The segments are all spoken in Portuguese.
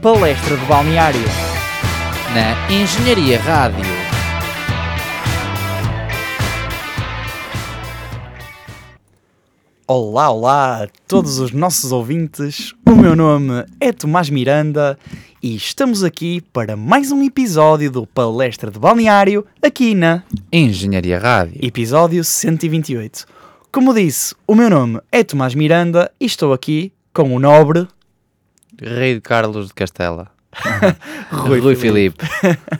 Palestra de Balneário. Na Engenharia Rádio. Olá, olá a todos os nossos ouvintes. O meu nome é Tomás Miranda e estamos aqui para mais um episódio do Palestra de Balneário aqui na Engenharia Rádio. episódio 128. Como disse, o meu nome é Tomás Miranda e estou aqui com o nobre Rei de Carlos de Castela. Rui, Filipe.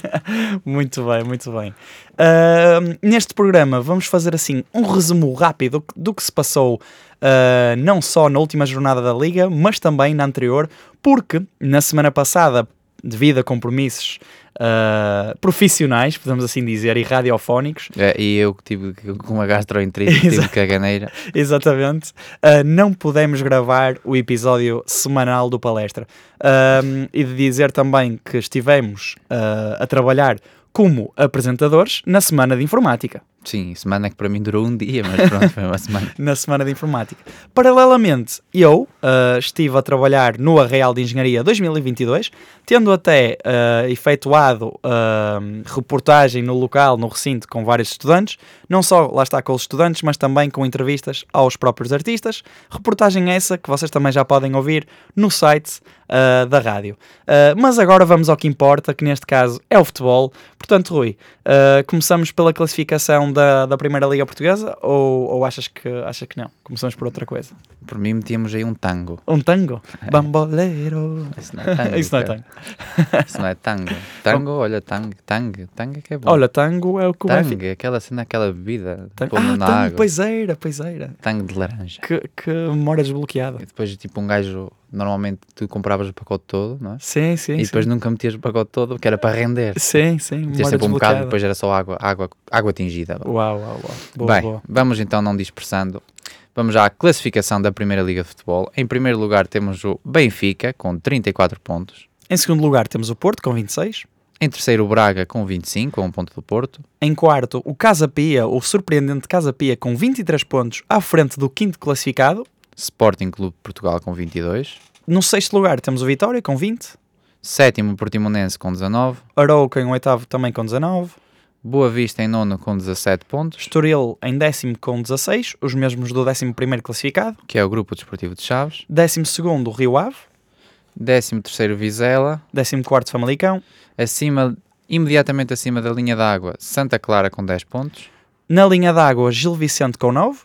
Muito bem, muito bem. Ahm, neste programa vamos fazer assim um resumo rápido do que se passou ah, não só na última jornada da Liga, mas também na anterior, porque na semana passada, devido a compromissos ah, profissionais, podemos assim dizer, e radiofónicos, É, E eu que tive que- com uma gastroenterite, tive Exato. caganeira. Exatamente. Ah, não pudemos gravar o episódio semanal do Palestra. Ahm, e de dizer também que estivemos ah, a trabalhar como apresentadores na Semana de Informática. Sim, semana que para mim durou um dia, mas pronto, foi uma semana. Na Semana de Informática. Paralelamente, eu ah, estive a trabalhar no Arreal de Engenharia 2022, tendo até ah, efetuado ah, reportagem no local, no recinto, com vários estudantes, não só lá está com os estudantes, mas também com entrevistas aos próprios artistas. Reportagem essa que vocês também já podem ouvir no site ah, da rádio. Ah, mas agora vamos ao que importa, que neste caso é o futebol. Portanto, Rui, ah, começamos pela classificação da, da Primeira Liga Portuguesa ou, ou achas, que, achas que não? Começamos por outra coisa. Por mim metíamos aí um tango. Um tango? Bamboleiro. Isso não é tango. Isso não é cara. tango. Isso não é tango. Tango, olha, tango, tango, tango é que é bom. Olha, tango é o que o Benfica... tango, aquela cena, aquela bebida. Tango. pôr Ah, na tango, água. pois era, pois era. Tango de laranja. Que, que memória desbloqueada. E depois, tipo, um gajo, normalmente tu compravas o pacote todo, não é? Sim, sim. e depois nunca metias o pacote todo, que era para render. sim. Sim, sim. Metias Memória sempre um desbloqueada. bocado, depois era só água, água, água atingida. Uau, uau, uau. Boa, Bem, boa. vamos então não dispersando. Vamos à classificação da Primeira Liga de Futebol. Em primeiro lugar temos o Benfica, com 34 pontos. Em segundo lugar temos o Porto com 26. Em terceiro, o Braga, com 25, a um ponto do Porto. Em quarto, o Casa Pia, o surpreendente Casa Pia, com 23 pontos à frente do quinto classificado. Sporting Clube de Portugal, com 22. No sexto lugar temos o Vitória com 20. Sétimo, o Portimonense, com 19. Arouca em oitavo também com 19. Boa Vista, em nono, com 17 pontos, Estoril em décimo com 16, os mesmos do décimo primeiro classificado. que é o Grupo Desportivo de Chaves. Décimo segundo, Rio Ave. Décimo terceiro, Vizela. Décimo quarto, Famalicão. Acima, imediatamente acima da linha d'água, Santa Clara, com 10 pontos. Na linha d'água, Gil Vicente com 9.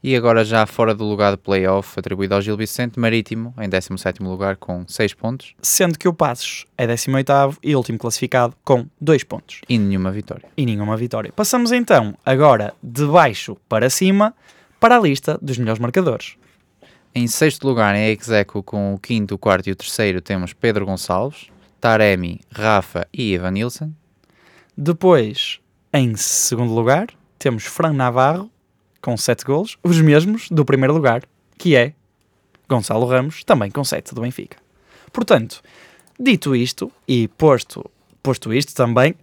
E agora já fora do lugar de playoff, atribuído ao Gil Vicente Marítimo, em 17º lugar com 6 pontos Sendo que o Passos é 18 e último classificado com 2 pontos e nenhuma vitória. e nenhuma vitória. Passamos então agora de baixo para cima para a lista dos melhores marcadores. Em sexto lugar em Execo com o quinto, o quarto e o terceiro temos Pedro Gonçalves, Taremi, Rafa e Evanilson. Depois, em segundo lugar, temos Fran Navarro com 7 golos, os mesmos do primeiro lugar, que é Gonçalo Ramos, também com 7 do Benfica. Portanto, dito isto e posto, posto isto também,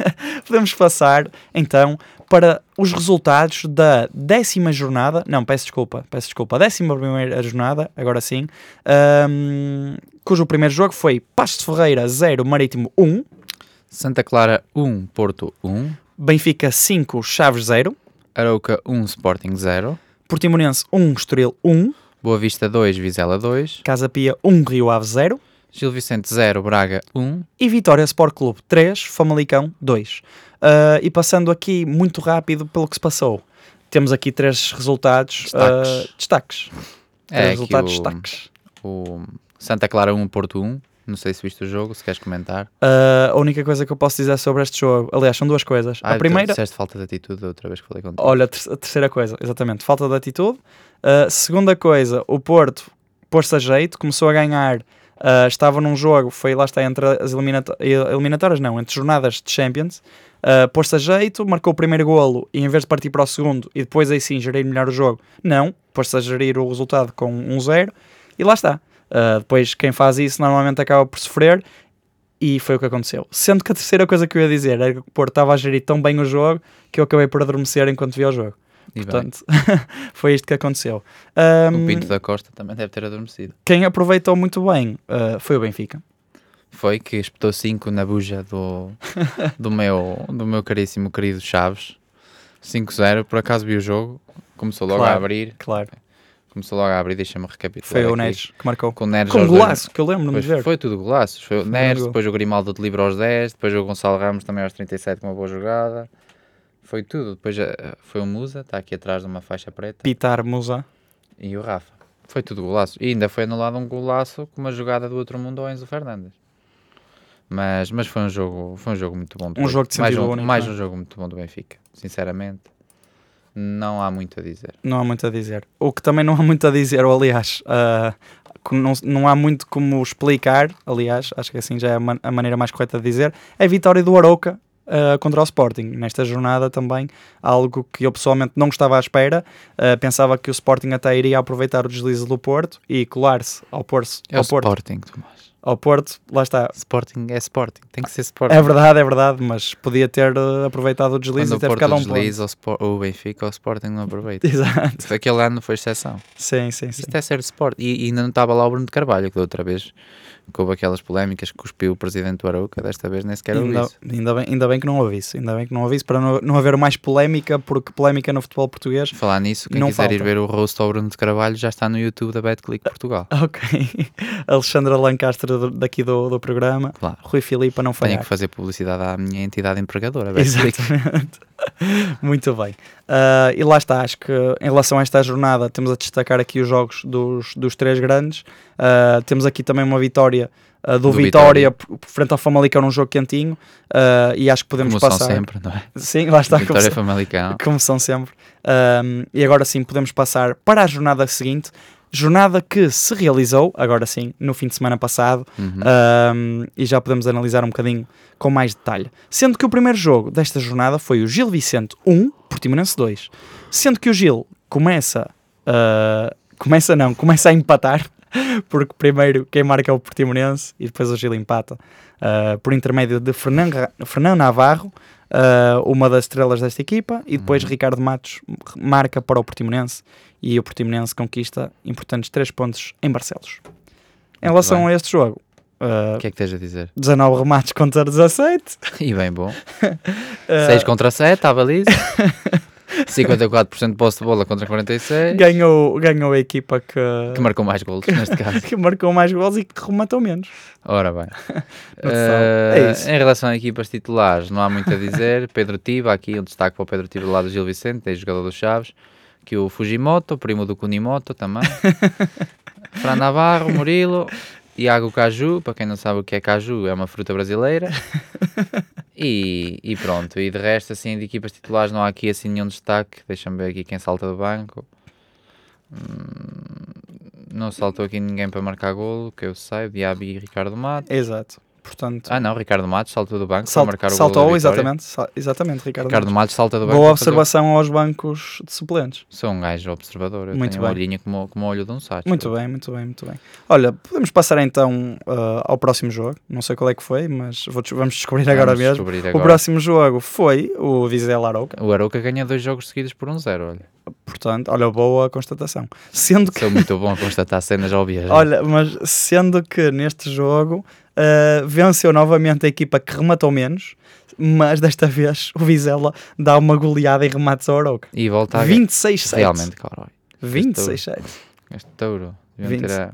podemos passar então para os resultados da décima jornada. Não, peço desculpa, peço desculpa, a décima primeira jornada, agora sim, ahm, cujo primeiro jogo foi Pasto de Ferreira 0, Marítimo 1. Santa Clara 1, Porto 1, Benfica 5, Chaves 0. Arauca 1, Sporting 0, Portimonense 1, Estoril 1. Boa Vista 2, Vizela 2, Casa Pia 1, Rio Ave 0. Gil Vicente 0, Braga 1, E Vitória Sport Clube 3, Famalicão 2. Ah, e passando aqui muito rápido pelo que se passou. Temos aqui três resultados. Destaques. ah, destaques. Três É aqui resultados o, destaques. o Santa Clara 1, Porto 1. Não sei se viste o jogo, se queres comentar. Ah, a única coisa que eu posso dizer sobre este jogo, aliás, são duas coisas. Ah, a primeira, Disseste falta de atitude da outra vez que falei contigo. Olha, a ter- a terceira coisa, exatamente, falta de atitude. Uh, segunda coisa, o Porto pôs-se a jeito, começou a ganhar. uh, estava num jogo, foi lá está entre as eliminato- eh, eliminatórias, não, entre jornadas de Champions. Uh, pôs-se a jeito, marcou o primeiro golo e em vez de partir para o segundo e depois aí sim gerir melhor o jogo, não, pôs-se a gerir o resultado com um 0 e lá está. Uh, depois quem faz isso normalmente acaba por sofrer e foi o que aconteceu. Sendo que a terceira coisa que eu ia dizer era que o Porto estava a gerir tão bem o jogo que eu acabei por adormecer enquanto via o jogo. E bem, Oh, Portanto, foi isto que aconteceu. Um, Ahm, Um o Pinto da Costa também deve ter adormecido. Quem aproveitou muito bem ah, uh, foi o Benfica. Foi que espetou 5 na buja do, do, meu, do meu caríssimo querido Chaves. 5-0, por acaso vi o jogo, começou logo a Claro. abrir, Claro. começou logo a abrir, deixa-me recapitular. Foi o aqui. Neres que marcou. Com o Neres Com um aos dois- golaço, que eu lembro-me Pois de ver. foi tudo golaços. Foi o Foi Neres, gol. depois o Grimaldo de livre aos 10, depois o Gonçalo Ramos também aos 37 com uma boa jogada. Foi tudo. Depois eh, foi o Musa, está aqui atrás de uma faixa preta, Pitar Musa. e o Rafa. Foi tudo golaço. E ainda foi anulado um golaço com uma jogada do outro mundo ao Enzo Fernandes. Mas, mas foi um jogo, foi um jogo muito bom. do Um Benfica. jogo de mais sentido um, único, mais não é? um jogo muito bom do Benfica, sinceramente. Não há muito a dizer. Não há muito a dizer. O que também não há muito a dizer, ou aliás, ah, que não, não há muito como explicar, aliás, acho que assim já é a, man- a maneira mais correta de dizer, é a vitória do Arouca ah, contra o Sporting. Nesta jornada também, algo que eu pessoalmente não estava à espera. Ah, pensava que o Sporting até iria aproveitar o deslize do Porto e colar-se ao, Porto- É o ao Porto. Sporting, Tomás. Ao Porto, lá está. Sporting é Sporting. Tem que ser Sporting. É verdade, é verdade, mas podia ter ah, aproveitado o deslize Quando e o ter Porto ficado a um ponto. desliza, o, Spor- o Benfica, o Sporting não aproveita. Exato. Isso Aquele ano foi exceção. Sim, sim, sim. Isto é ser Sport. E, e ainda não estava lá o Bruno de Carvalho, que da outra vez que houve aquelas polémicas que cuspiu o presidente do Arauca. Desta vez nem sequer ouvi Ainda, isso. ainda, bem, ainda bem que não houve isso, ainda bem que não houve isso, para não, não haver mais polémica, porque polémica no futebol português. Falar nisso, quem Não quiser ir falta. Ah, ver o rosto ao Bruno de Carvalho já está no YouTube da BetClick Portugal. Ok. Alexandra Lancaster do- daqui do, do programa, Claro. Rui Filipe a não Tenho falhar. que fazer publicidade à minha entidade empregadora, BetClick. Exatamente. Muito bem. Ah, e lá está, acho que em relação a esta jornada temos a destacar aqui os jogos dos, dos três grandes. Ah, temos aqui também uma vitória ah, do, Do Vitória, p- frente ao Famalicão num jogo quentinho ah, e acho que podemos Como são passar. sempre, não é? Sim, lá está. como Vitória são- Famalicão. como são sempre. Ahm, e agora sim podemos passar para a jornada seguinte, jornada que se realizou, agora sim, no fim de semana passado, Uhum. ahm, e já podemos analisar um bocadinho com mais detalhe. Sendo que o primeiro jogo desta jornada foi o Gil Vicente 1, Portimonense 2. Sendo que o Gil começa, ah, começa não, começa a empatar, porque primeiro quem marca é o Portimonense e depois o Gil empata, ah, por intermédio de Fernan, Ra- Fernan Navarro, ah, uma das estrelas desta equipa, Uhum. e depois Ricardo Matos marca para o Portimonense e o Portimonense conquista importantes 3 pontos em Barcelos. Em Muito relação bem. a este jogo, ah, O que é que tens a dizer? 19 remates contra 17. E bem bom. ah, 6 contra 7, está baliza. 54% de posse de bola contra 46. ganhou, ganhou a equipa que, Que marcou mais golos, neste caso. que marcou mais gols e que rematou menos. Ora bem. Noção. Eh, É isso. em relação a equipas titulares, não há muito a dizer. Pedro Tiba, aqui um destaque para o Pedro Tiba do lado do Gil Vicente, ex-jogador do Chaves. Que o Fujimoto, primo do Kunimoto também. Fran Navarro, Murilo, Iago Caju, para quem não sabe o que é Caju, é uma fruta brasileira. E, e pronto, e de resto, assim, de equipas titulares não há aqui assim nenhum destaque. Deixa-me ver aqui quem salta do banco. Hum, não saltou aqui ninguém para marcar golo, que eu sei, Diaby e Ricardo Mato. Exato. Portanto, Ah não, Ricardo Matos saltou do banco salt- para marcar o golo da saltou, vitória. exatamente, sa- exatamente, Ricardo. Ricardo Matos. Matos salta do banco. Boa para fazer o- observação aos bancos de suplentes. Sou um gajo observador, eu Muito tenho bem. um olhinho como, como o olho de um sacho. Muito bem, muito bem, muito bem. Olha, podemos passar então ah, ao próximo jogo. Não sei qual é que foi, mas vou des- vamos descobrir Vamos agora mesmo. descobrir O agora. próximo jogo foi o Vizela Arouca. O Arouca ganha dois jogos seguidos por um zero, olha. Portanto, olha, boa constatação. Sendo que Sou muito bom a constatar cenas óbvias. Olha, mas sendo que neste jogo ah, venceu novamente a equipa que rematou menos, mas desta vez o Vizela dá uma goleada e remates ao Oroca. E volta a 26-7. Tá, Realmente, caralho. 26-7. Este touro. Deviam ter a,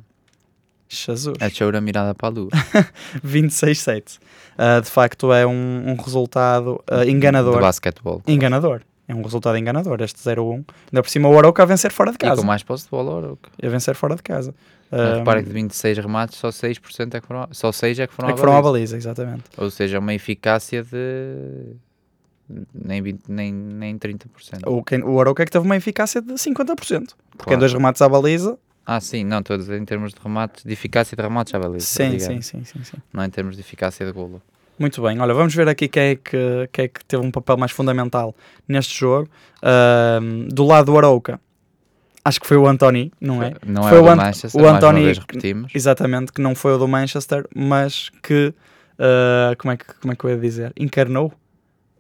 Jesus. a choura mirada para a lua. 26-7. Ah, de facto, é um, um resultado ah, enganador. De basquetebol. Enganador. É um resultado enganador, este 0-1. Ainda por cima, o Oroca a vencer fora de E com casa. mais posse de bola, o Arouca. A vencer fora de casa. Mas Ah, Repara que de 26 remates, só 6% é que foram, só 6 é que foram, é à que foram à baliza. baliza, exatamente. Ou seja, uma eficácia de nem, 20, nem, nem 30%. O, quem, o Arouca é que teve uma eficácia de 50%. Porque em Claro. dois remates à baliza, Ah, sim, não, estou a dizer em termos de remates, de eficácia de remates à baliza. Sim, obrigado. sim, sim, sim, sim. Não é em termos de eficácia de golo. Muito bem. Olha, vamos ver aqui quem é que, quem é que teve um papel mais fundamental neste jogo. Ahm, do lado do Arauca, acho que foi o Anthony, não é? Não Foi é o o do Ant- Manchester, o mais uma António- vez repetimos. Exatamente, que não foi o do Manchester, mas que, ah, como, é que como é que eu ia dizer? Encarnou,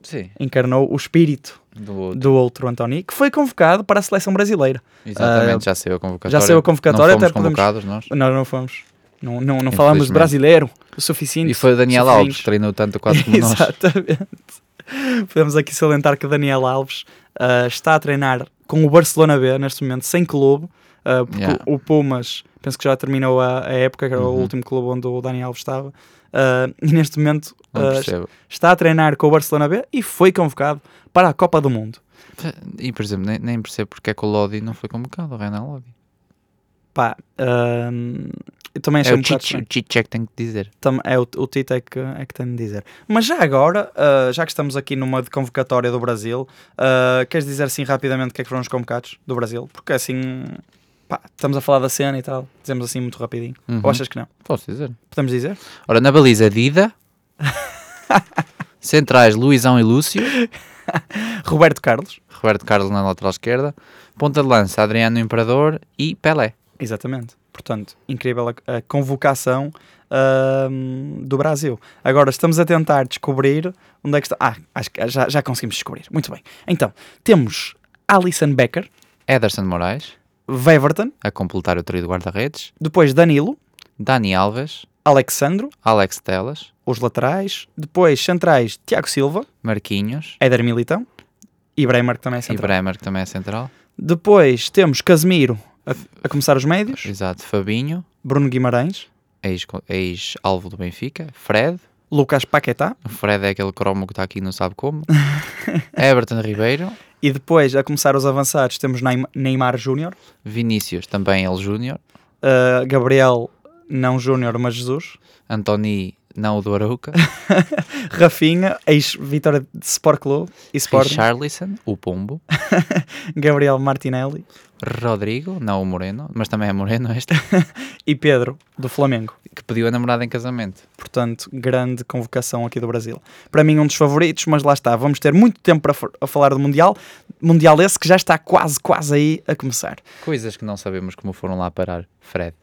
Sim, encarnou o espírito do outro. do outro Anthony, que foi convocado para a seleção brasileira. Exatamente, já saiu a convocatória. Ah, já saiu a convocatória, não fomos até podemos- convocados nós. Nós não fomos. Não, não, não falamos Infelizmente. brasileiro o suficiente. E foi o Daniel sofrimos. Alves que treinou tanto quase como nós. Exatamente. Podemos aqui salientar que Daniel Alves ah, está a treinar com o Barcelona B neste momento, sem clube, ah, porque Yeah. o Pumas, penso que já terminou a, a época, que era o Uhum. último clube onde o Daniel Alves estava, ah, e neste momento Não ah, percebo. está a treinar com o Barcelona B e foi convocado para a Copa do Mundo. E, por exemplo, nem, nem percebo porque é que o Lodi não foi convocado, o Renan Lodi. Pá, ah, eu também achei É um o bocado Chiche estranho. o Chiche é que tem que dizer. Tam- é o, o Tito é que, é que tem de dizer. Mas já agora, ah, já que estamos aqui numa de convocatória do Brasil, ah, queres dizer assim rapidamente o que é que foram os convocados do Brasil? Porque assim, pá, estamos a falar da cena e tal, dizemos assim muito rapidinho. Uhum. Ou achas que não? Posso dizer. Podemos dizer? Ora, na baliza, Dida. Centrais, Luizão e Lúcio. Roberto Carlos. Roberto Carlos na lateral esquerda. Ponta de lança, Adriano Imperador e Pelé. Exatamente. Portanto, incrível a, a convocação ah, do Brasil. Agora, estamos a tentar descobrir onde é que está. Ah, acho que já, já conseguimos descobrir. Muito bem. Então, temos Alisson Becker, Ederson Moraes, Weverton, a completar o trio de guarda-redes. depois Danilo. Dani Alves, Alexandro, Alex Telas, os laterais, depois centrais, Tiago Silva, Marquinhos Éder Militão e Bremer, que também é e central. Bremer, que também é central. Depois temos Casemiro a, a começar os médios, Exato. Fabinho, Bruno Guimarães, ex- ex-alvo do Benfica. Fred, Lucas Paquetá O Fred é aquele cromo que está aqui e não sabe como. Everton Ribeiro, e depois a começar os avançados temos Neym- Neymar Júnior, Vinícius, também ele Júnior. uh, Gabriel, não Júnior, mas Jesus, Antoni, não o do Arouca. Rafinha, ex-Vitória de Sport Clube e Sporting, Richarlison, o Pombo. Gabriel Martinelli Rodrigo, não o Moreno, mas também é Moreno este, e Pedro, do Flamengo. que pediu a namorada em casamento. Portanto, grande convocação aqui do Brasil. Para mim, um dos favoritos, mas lá está. Vamos ter muito tempo para fa- a falar do Mundial. Mundial esse que já está quase, quase aí a começar. Coisas que não sabemos como foram lá parar. Fred.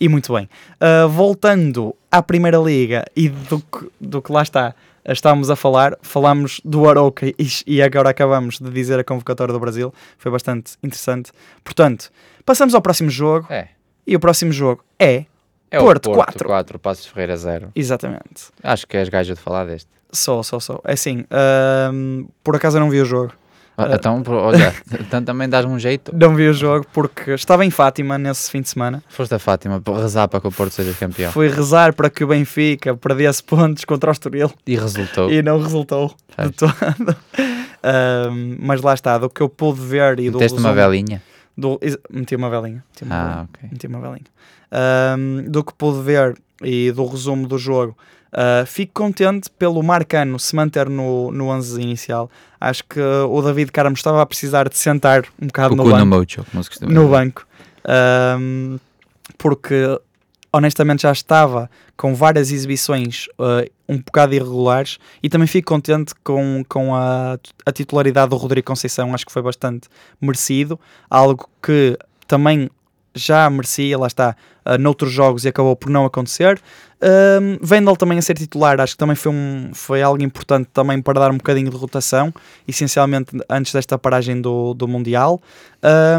E muito bem. Ah, voltando à Primeira Liga e do que, do que lá está, ah, estávamos a falar, falámos do Aroca e, e agora acabamos de dizer a convocatória do Brasil. Foi bastante interessante. Portanto, passamos ao próximo jogo. É. E o próximo jogo é. É o Porto, Porto 4. quatro. 4, Passos Ferreira 0. Exatamente. Acho que és gajo de falar deste. Só, só, só. É assim, ah, por acaso eu não vi o jogo. Ah, Então, pro- olha, então também dás-me um jeito. Não vi o jogo porque estava em Fátima nesse fim de semana. Foste a Fátima para rezar para que o Porto seja campeão. Fui rezar para que o Benfica perdesse pontos contra o Estoril E resultou. e não resultou de Faz. todo. Ahm, mas lá está, do que eu pude ver e do. Meteste uma resumo- velinha. do- ex- meti uma velinha. Meti uma velinha. Ah, ok. Meti uma velinha. Ahm, do que pude ver e do resumo do jogo, ah, fico contente pelo Marcano se manter no, no 11 inicial. Acho que o David Carmo estava a precisar de sentar um bocado O no cu no banco. mocho, como se costuma no dizer. banco. Ahm, porque honestamente já estava com várias exibições ah, um bocado irregulares e também fico contente com, com a, a titularidade do Rodrigo Conceição, acho que foi bastante merecido, algo que também já merecia, lá está, ah, noutros jogos e acabou por não acontecer. Ahm, Wendel também a ser titular, acho que também foi, um, foi algo importante também para dar um bocadinho de rotação, essencialmente antes desta paragem do, do Mundial.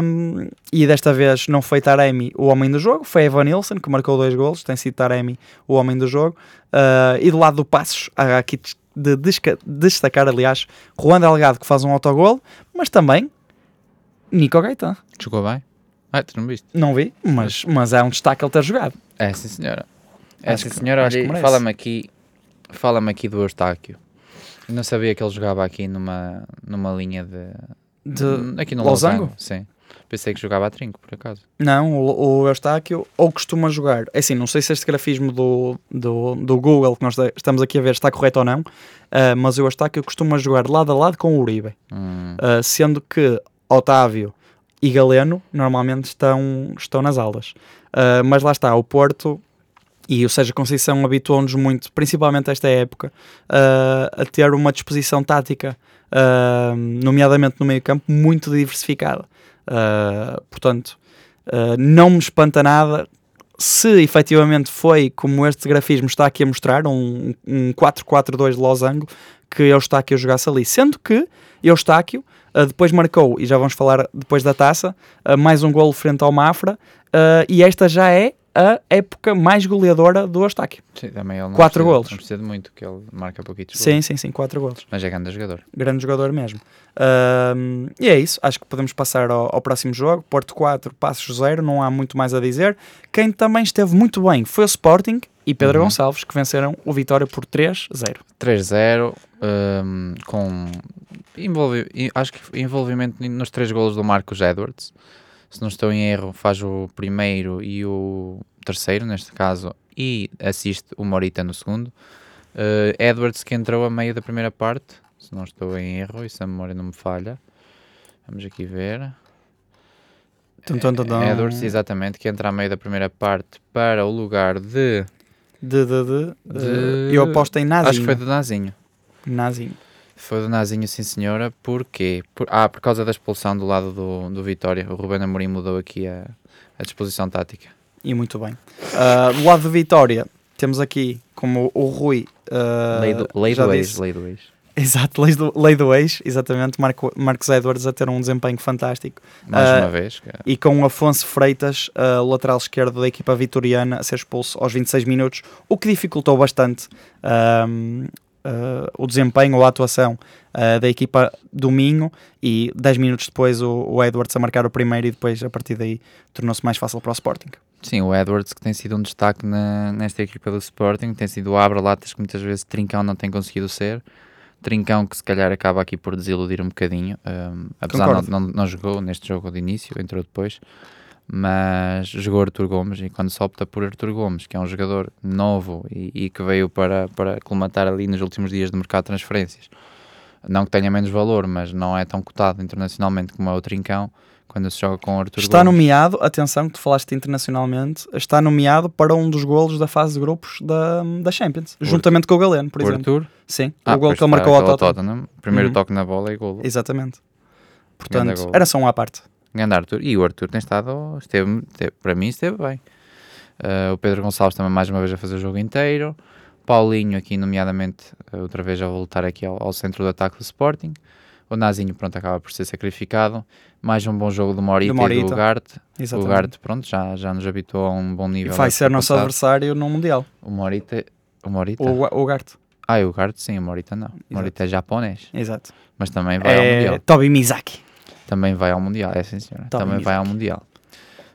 Um, e desta vez não foi Taremi o homem do jogo, foi Evan Nilsson que marcou dois golos, tem sido Taremi o homem do jogo. Uh, e do lado do Passos, há aqui des- de desca- destacar, aliás, Juan Delgado que faz um autogolo, mas também Nico Gaetan. Jogou bem? Ah, tu não viste? Não vi, mas, mas é um destaque ele ter jogado. É, sim senhora. É, Acho sim que- senhora. acho que Olha, merece. fala-me aqui, fala-me aqui do Eustáquio. Eu Não sabia que ele jogava aqui numa, numa linha de... De- Aqui no Losango? Losango? Sim. Pensei que jogava a trinco, por acaso. Não, o, o Eustáquio ou costuma jogar. É Assim, não sei se este grafismo do, do, do Google que nós de- estamos aqui a ver está correto ou não, uh, mas o Eustáquio costuma jogar lado a lado com o Uribe. Hum, Uh, sendo que Otávio e Galeno normalmente estão, estão nas aulas. Uh, mas lá está, o Porto e o Sérgio Conceição habituou-nos muito, principalmente esta época, uh, a ter uma disposição tática, uh, nomeadamente no meio-campo, muito diversificada. Uh, portanto, uh, não me espanta nada se efetivamente foi como este grafismo está aqui a mostrar, um, um 4-4-2 de losango, que Eustáquio jogasse ali. Sendo que Eustáquio ah, depois marcou, e já vamos falar depois da taça, ah, mais um golo frente ao Mafra, ah, e esta já é a época mais goleadora do Ostaque. Sim, também ele não Quatro precisa- golos. Não precisa de muito, que ele marca pouquitos golos. Sim, sim, sim, quatro golos. Mas é grande jogador. grande jogador mesmo. Ahm, e é isso, acho que podemos passar ao, ao próximo jogo. Porto 4, Passos 0, não há muito mais a dizer. Quem também esteve muito bem foi o Sporting e Pedro Uhum. Gonçalves, que venceram o Vitória por 3-0. 3-0, hum, com envolve, e- acho que envolvimento nos três golos do Marcos Edwards. Se não estou em erro, faz o primeiro e o terceiro, neste caso, e assiste o Morita no segundo. Eh, Edwards que entrou a meio da primeira parte, se não estou em erro e se a memória não me falha. Vamos aqui ver. Eh, Tum, tum, tum, tum. Edwards, exatamente, que entra a meio da primeira parte para o lugar de. De, de, de, de- De- Eu aposto em Nazinho. Acho que foi do Nazinho. Nazinho. Foi do Nazinho, sim senhora. Porquê? Por, ah, por causa da expulsão do lado do, do Vitória. O Ruben Amorim mudou aqui a, a disposição tática. E muito bem. Ah, do lado de Vitória, temos aqui como o Rui. ah, lei do, lei já do disse. ex, lei do ex. Exato, lei do, lei do ex, exatamente. Marco, Marcos Edwards a ter um desempenho fantástico. Mais Ah, uma vez. que- e com o Afonso Freitas, eh, lateral esquerdo da equipa vitoriana, a ser expulso aos 26 minutos, o que dificultou bastante ahm, eh, o desempenho ou a atuação eh, da equipa do Minho e 10 minutos depois o, o Edwards a marcar o primeiro e depois a partir daí tornou-se mais fácil para o Sporting. Sim, o Edwards que tem sido um destaque na- nesta equipa do Sporting. Tem sido o abra-latas que muitas vezes Trincão não tem conseguido ser. Trincão que se calhar acaba aqui por desiludir um bocadinho. hum, apesar de Concordo. não, não, não jogou neste jogo de início, entrou depois. Mas jogou Artur Gomes e quando se opta por Artur Gomes, que é um jogador novo e, e que veio para, para colmatar ali nos últimos dias do mercado de transferências, não que tenha menos valor, mas não é tão cotado internacionalmente como é o Trincão, quando se joga com o Artur Está Gomes. nomeado, atenção que tu falaste internacionalmente, está nomeado para um dos golos da fase de grupos da, da Champions, juntamente com o Galeno, por o exemplo. Artur Sim, Ah, o gol pois que ele marcou claro, ao aquele Tottenham. Primeiro Uhum. toque na bola e golo. Exatamente. Ganda Portanto, golo. era só um à parte. Grande Arthur. E o Arthur tem estado, esteve, te- para mim, esteve bem. Ah, o Pedro Gonçalves também, mais uma vez, a fazer o jogo inteiro. Paulinho, aqui, nomeadamente, ah, outra vez a voltar aqui ao, ao centro do ataque do Sporting. O Nazinho, pronto, acaba por ser sacrificado. Mais um bom jogo do Morita, Do e Morita. do Ugarte. O Exatamente. Ugarte, pronto, já, já nos habituou a um bom E nível. vai a ser nosso passado. adversário no Mundial. O Morita... O Morita? O, Gua- o Garto. Ah, o Ugarte, sim. O Morita, não. O Morita é japonês. Exato. Mas também vai ao Mundial. É, Toby Mizaki. Também vai ao Mundial, é sim senhora. Tá também bem, vai ao Mundial.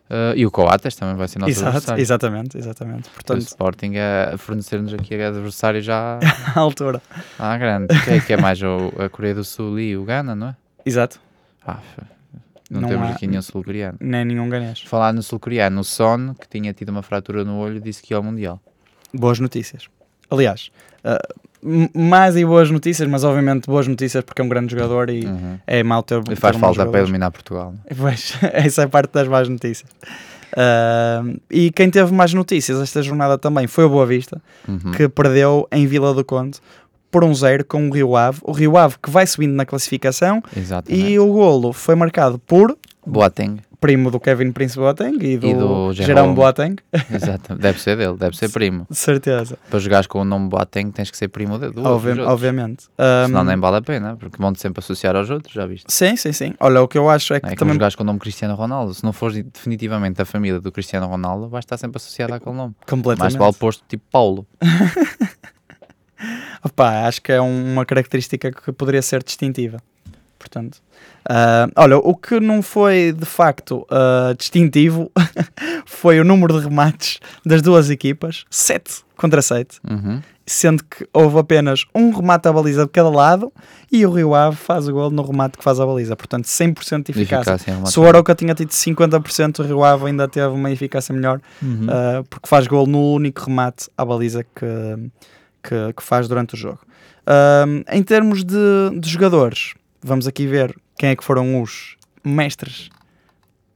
Eh, e o Coates também vai ser nosso Exato, adversário. exatamente, exatamente. O Portanto, Sporting a a fornecer-nos aqui adversário já à altura. à grande. Que é, que é mais o- a Coreia do Sul e o Ghana, não é? Exato. Ah, f- não, Não temos há- aqui nenhum sul-coreano. Nem nenhum ganês. Falar no sul-coreano, o Son, que tinha tido uma fratura no olho, disse que ia ao Mundial. Boas notícias. Aliás, ah, m- mais e boas notícias, mas obviamente boas notícias porque é um grande jogador e Uhum. é mau ter. E ter faz bons falta para jogadores. eliminar Portugal. não é? Pois, essa é parte das más notícias. Ah, e quem teve mais notícias esta jornada também foi o Boa Vista. Uhum. que perdeu em Vila do Conde por um zero com o Rio Ave. O Rio Ave que vai subindo na classificação Exatamente. e o golo foi marcado por Boateng, primo do Kevin Prince Boateng e do, E do Jerome Jerome. Boateng, exatamente. deve ser dele, deve ser primo. de certeza, Para jogares com o nome Boateng tens que ser primo de- Obvi- do outro. dos outros. obviamente. Ahm, Senão nem vale a pena, porque vão sempre associar aos outros, já viste? Sim, sim, sim. Olha, o que eu acho é que Não É como também os gajos com o nome Cristiano Ronaldo. Se não fores definitivamente da família do Cristiano Ronaldo, vais estar sempre associado àquele nome. Mais completamente. vale posto tipo Paulo. Opá, acho que é um- uma característica que poderia ser distintiva. Portanto, ah, olha, o que não foi de facto ah, distintivo foi o número de remates das duas equipas, 7 contra 7, Uhum. sendo que houve apenas um remate à baliza de cada lado e o Rio Ave faz o gol no remate que faz a baliza, portanto 100% de De eficácia. eficácia em remate. Se o Oroca tinha tido 50%, o Rio Ave ainda teve uma eficácia melhor Uhum. Uh, porque faz gol no único remate à baliza que, que, que faz durante o jogo. Um, em termos de, de jogadores, vamos aqui ver quem é que foram os mestres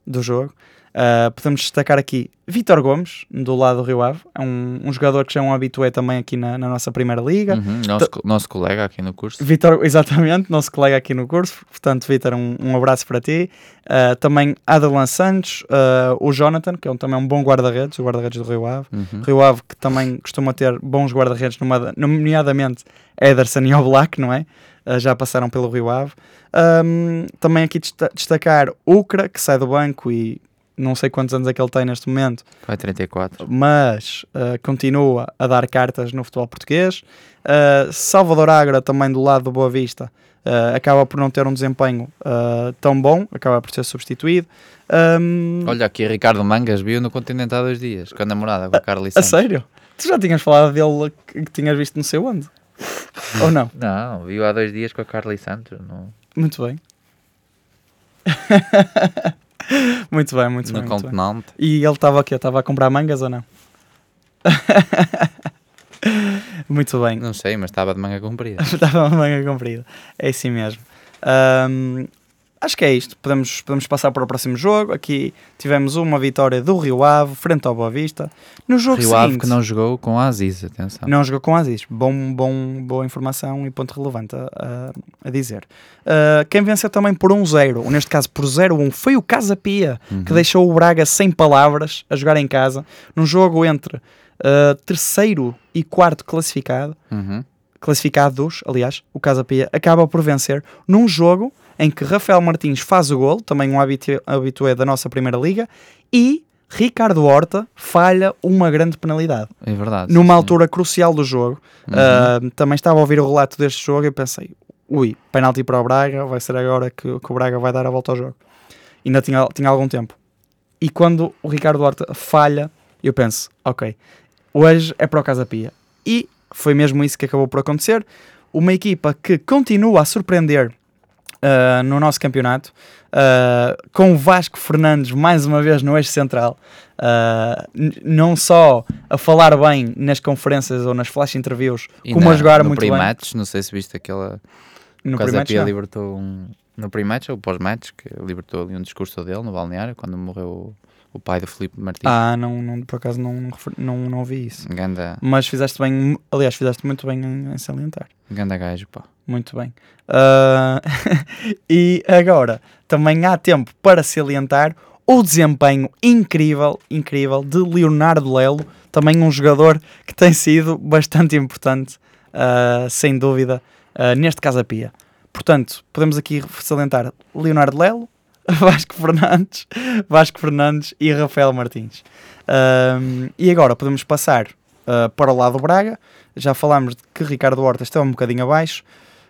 do jogo. Uh, podemos destacar aqui Vítor Gomes, do lado do Rio Ave, é um, um jogador que já é um habitué também aqui na, na nossa Primeira Liga. Uhum. Nosso, co- nosso colega aqui no curso. Vítor, exatamente, nosso colega aqui no curso, portanto, Vítor, um, um abraço para ti. Uh, também Adelan Santos, uh, o Jonathan, que é um, também um bom guarda-redes, o guarda-redes do Rio Ave. Uhum. Rio Ave, que também costuma ter bons guarda-redes, numa- nomeadamente Ederson e Oblak, não é? Ah, Já passaram pelo Rio Ave. Ahm, também aqui desta- destacar Ucra, que sai do banco e não sei quantos anos é que ele tem neste momento, Vai 34. mas eh, continua a dar cartas no futebol português. Eh, Salvador Agra, também do lado do Boa Vista, eh, acaba por não ter um desempenho eh, tão bom, acaba por ser substituído. Ehm, Ahm, Olha aqui, Ricardo Mangas viu no Continente há dois dias, com a namorada, com a Carly a Santos. sério? Tu já tinhas falado dele que, que tinhas visto não sei onde? Ou não? Não, viu há dois dias com a Carly Santos. Não, Muito bem. muito bem, muito no bem. Muito bem. Continente. E ele estava aqui, estava a comprar mangas ou não? muito bem. Não sei, mas estava de manga comprida. Estava uma manga comprida. É assim mesmo. Ahm, acho que é isto. Podemos, podemos passar para o próximo jogo. Aqui tivemos uma vitória do Rio Ave frente ao Boa Vista. No jogo Rio Ave seguinte, que não jogou com a Aziz, atenção. não jogou com Aziz. Bom, bom, boa informação e ponto relevante a, a- a dizer. Ah, quem venceu também por 1-0, ou neste caso por 0-1, foi o Casa Pia, Uhum. que deixou o Braga sem palavras a jogar em casa, num jogo entre ah, terceiro e quarto classificado, Uhum. classificados, aliás, o Casa Pia acaba por vencer num jogo em que Rafael Martins faz o gol, também um habitu- habitué da nossa Primeira Liga, e Ricardo Horta falha uma grande penalidade É verdade. numa sim. Uhum. altura crucial do jogo. Ah, também estava a ouvir o relato deste jogo e pensei: ui, penalti para o Braga, vai ser agora que, que o Braga vai dar a volta ao jogo. Ainda tinha, tinha algum tempo. E quando o Ricardo Horta falha, eu penso: ok, hoje é para o Casa Pia. E foi mesmo isso que acabou por acontecer. Uma equipa que continua a surpreender ah, no nosso campeonato, ah, com o Vasco Fernandes mais uma vez no eixo central, ah, n- não só a falar bem nas conferências ou nas flash interviews, E como a na- jogar no muito primates, não sei se viste aquela. bem no No Casa primeiro match, Pia não. libertou um. No primates ou pós-match, que libertou ali um discurso dele no balneário, quando morreu o, o pai do Filipe Martins. Ah, não, não, por acaso não, não, refer- não, não vi isso. Ganda, Mas fizeste bem, aliás, fizeste muito bem em, em salientar. ganda gajo, pá. Muito bem. Ah, e agora, também há tempo para salientar o desempenho incrível, incrível de Leonardo Lelo, também um jogador que tem sido bastante importante, ah, sem dúvida, ah, neste caso a Pia. Portanto, podemos aqui salientar Leonardo Lelo, Vasco Fernandes, Vasco Fernandes e Rafael Martins. Ah, e agora podemos passar ah, para o lado do Braga. Já falámos de que Ricardo Horta estava um bocadinho abaixo.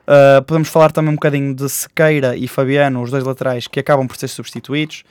Uh, podemos falar também um bocadinho de Sequeira e Fabiano, os dois laterais que acabam por ser substituídos.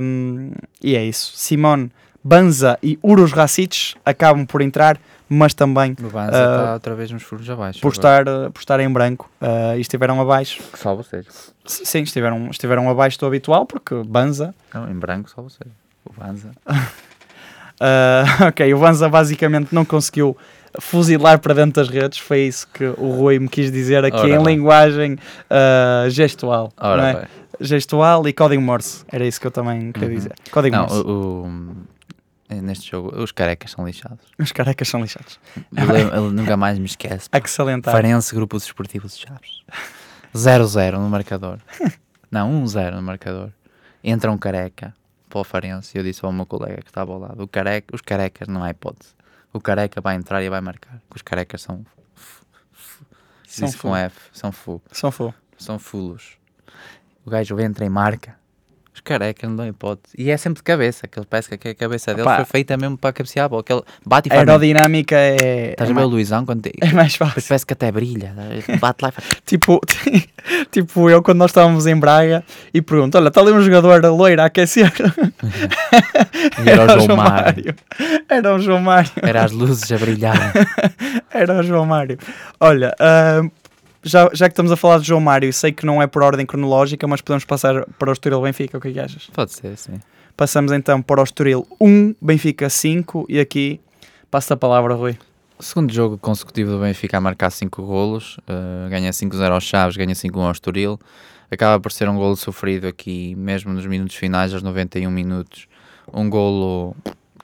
Um, e é isso. Simone, Banza e Uros Racic acabam por entrar, mas também O Banza Ah, está outra vez nos furos abaixo. por estar, uh, por estar em branco uh, e estiveram abaixo. agora. Só vocês. S- Sim, estiveram, estiveram abaixo do habitual, porque Banza. Não, em branco, só vocês. O Banza. uh, ok, o Banza basicamente não conseguiu fuzilar para dentro das redes. Foi isso que o Rui me quis dizer aqui Ora em bem. linguagem uh, gestual. Ora não é? bem. gestual e código Morse. Era isso que eu também queria Uhum. dizer. Código Não, Morse. o, o- neste jogo, os carecas são lixados. Os carecas são lixados. Eu lembro- Ele nunca mais me esquece. Há que salientar. Farense Grupo Desportivo de Chaves. 0-0 no marcador. Não, 1-0 no marcador. Entra um careca para o Farense. e Eu disse ao meu colega que estava ao lado: o careca, os carecas não há hipótese. O careca vai entrar e vai marcar. que Os carecas são. f- f- São disse com fu- F, são fu. São fogo. São fulos. O gajo entra e marca. Os carecas não dão hipótese. E é sempre de cabeça. Que ele parece que a cabeça dele Opa. foi feita mesmo para cabecear a bola. Que ele bate e A faz. mesmo. aerodinâmica é, Estás é, a ver o mais, Luizão quando te- é mais Depois fácil. parece que até brilha. Bate lá e faz. Tipo, tipo eu, quando nós estávamos em Braga, e pergunto: Olha, está ali um jogador loiro a aquecer? E era o João Mário. Mário. Era o João Mário. Era as luzes a brilhar. Era o João Mário. Olha, ahm, já, já que estamos a falar de João Mário, sei que não é por ordem cronológica, mas podemos passar para o Estoril Benfica. O que é que achas? Pode ser, sim. Passamos então para o Estoril 1, Benfica 5 e aqui passo a palavra, Rui. Segundo jogo consecutivo do Benfica a marcar 5 golos, eh, ganha 5-0 aos Chaves, ganha 5-1 ao Estoril. Acaba por ser um golo sofrido aqui, mesmo nos minutos finais, aos 91 minutos. Um golo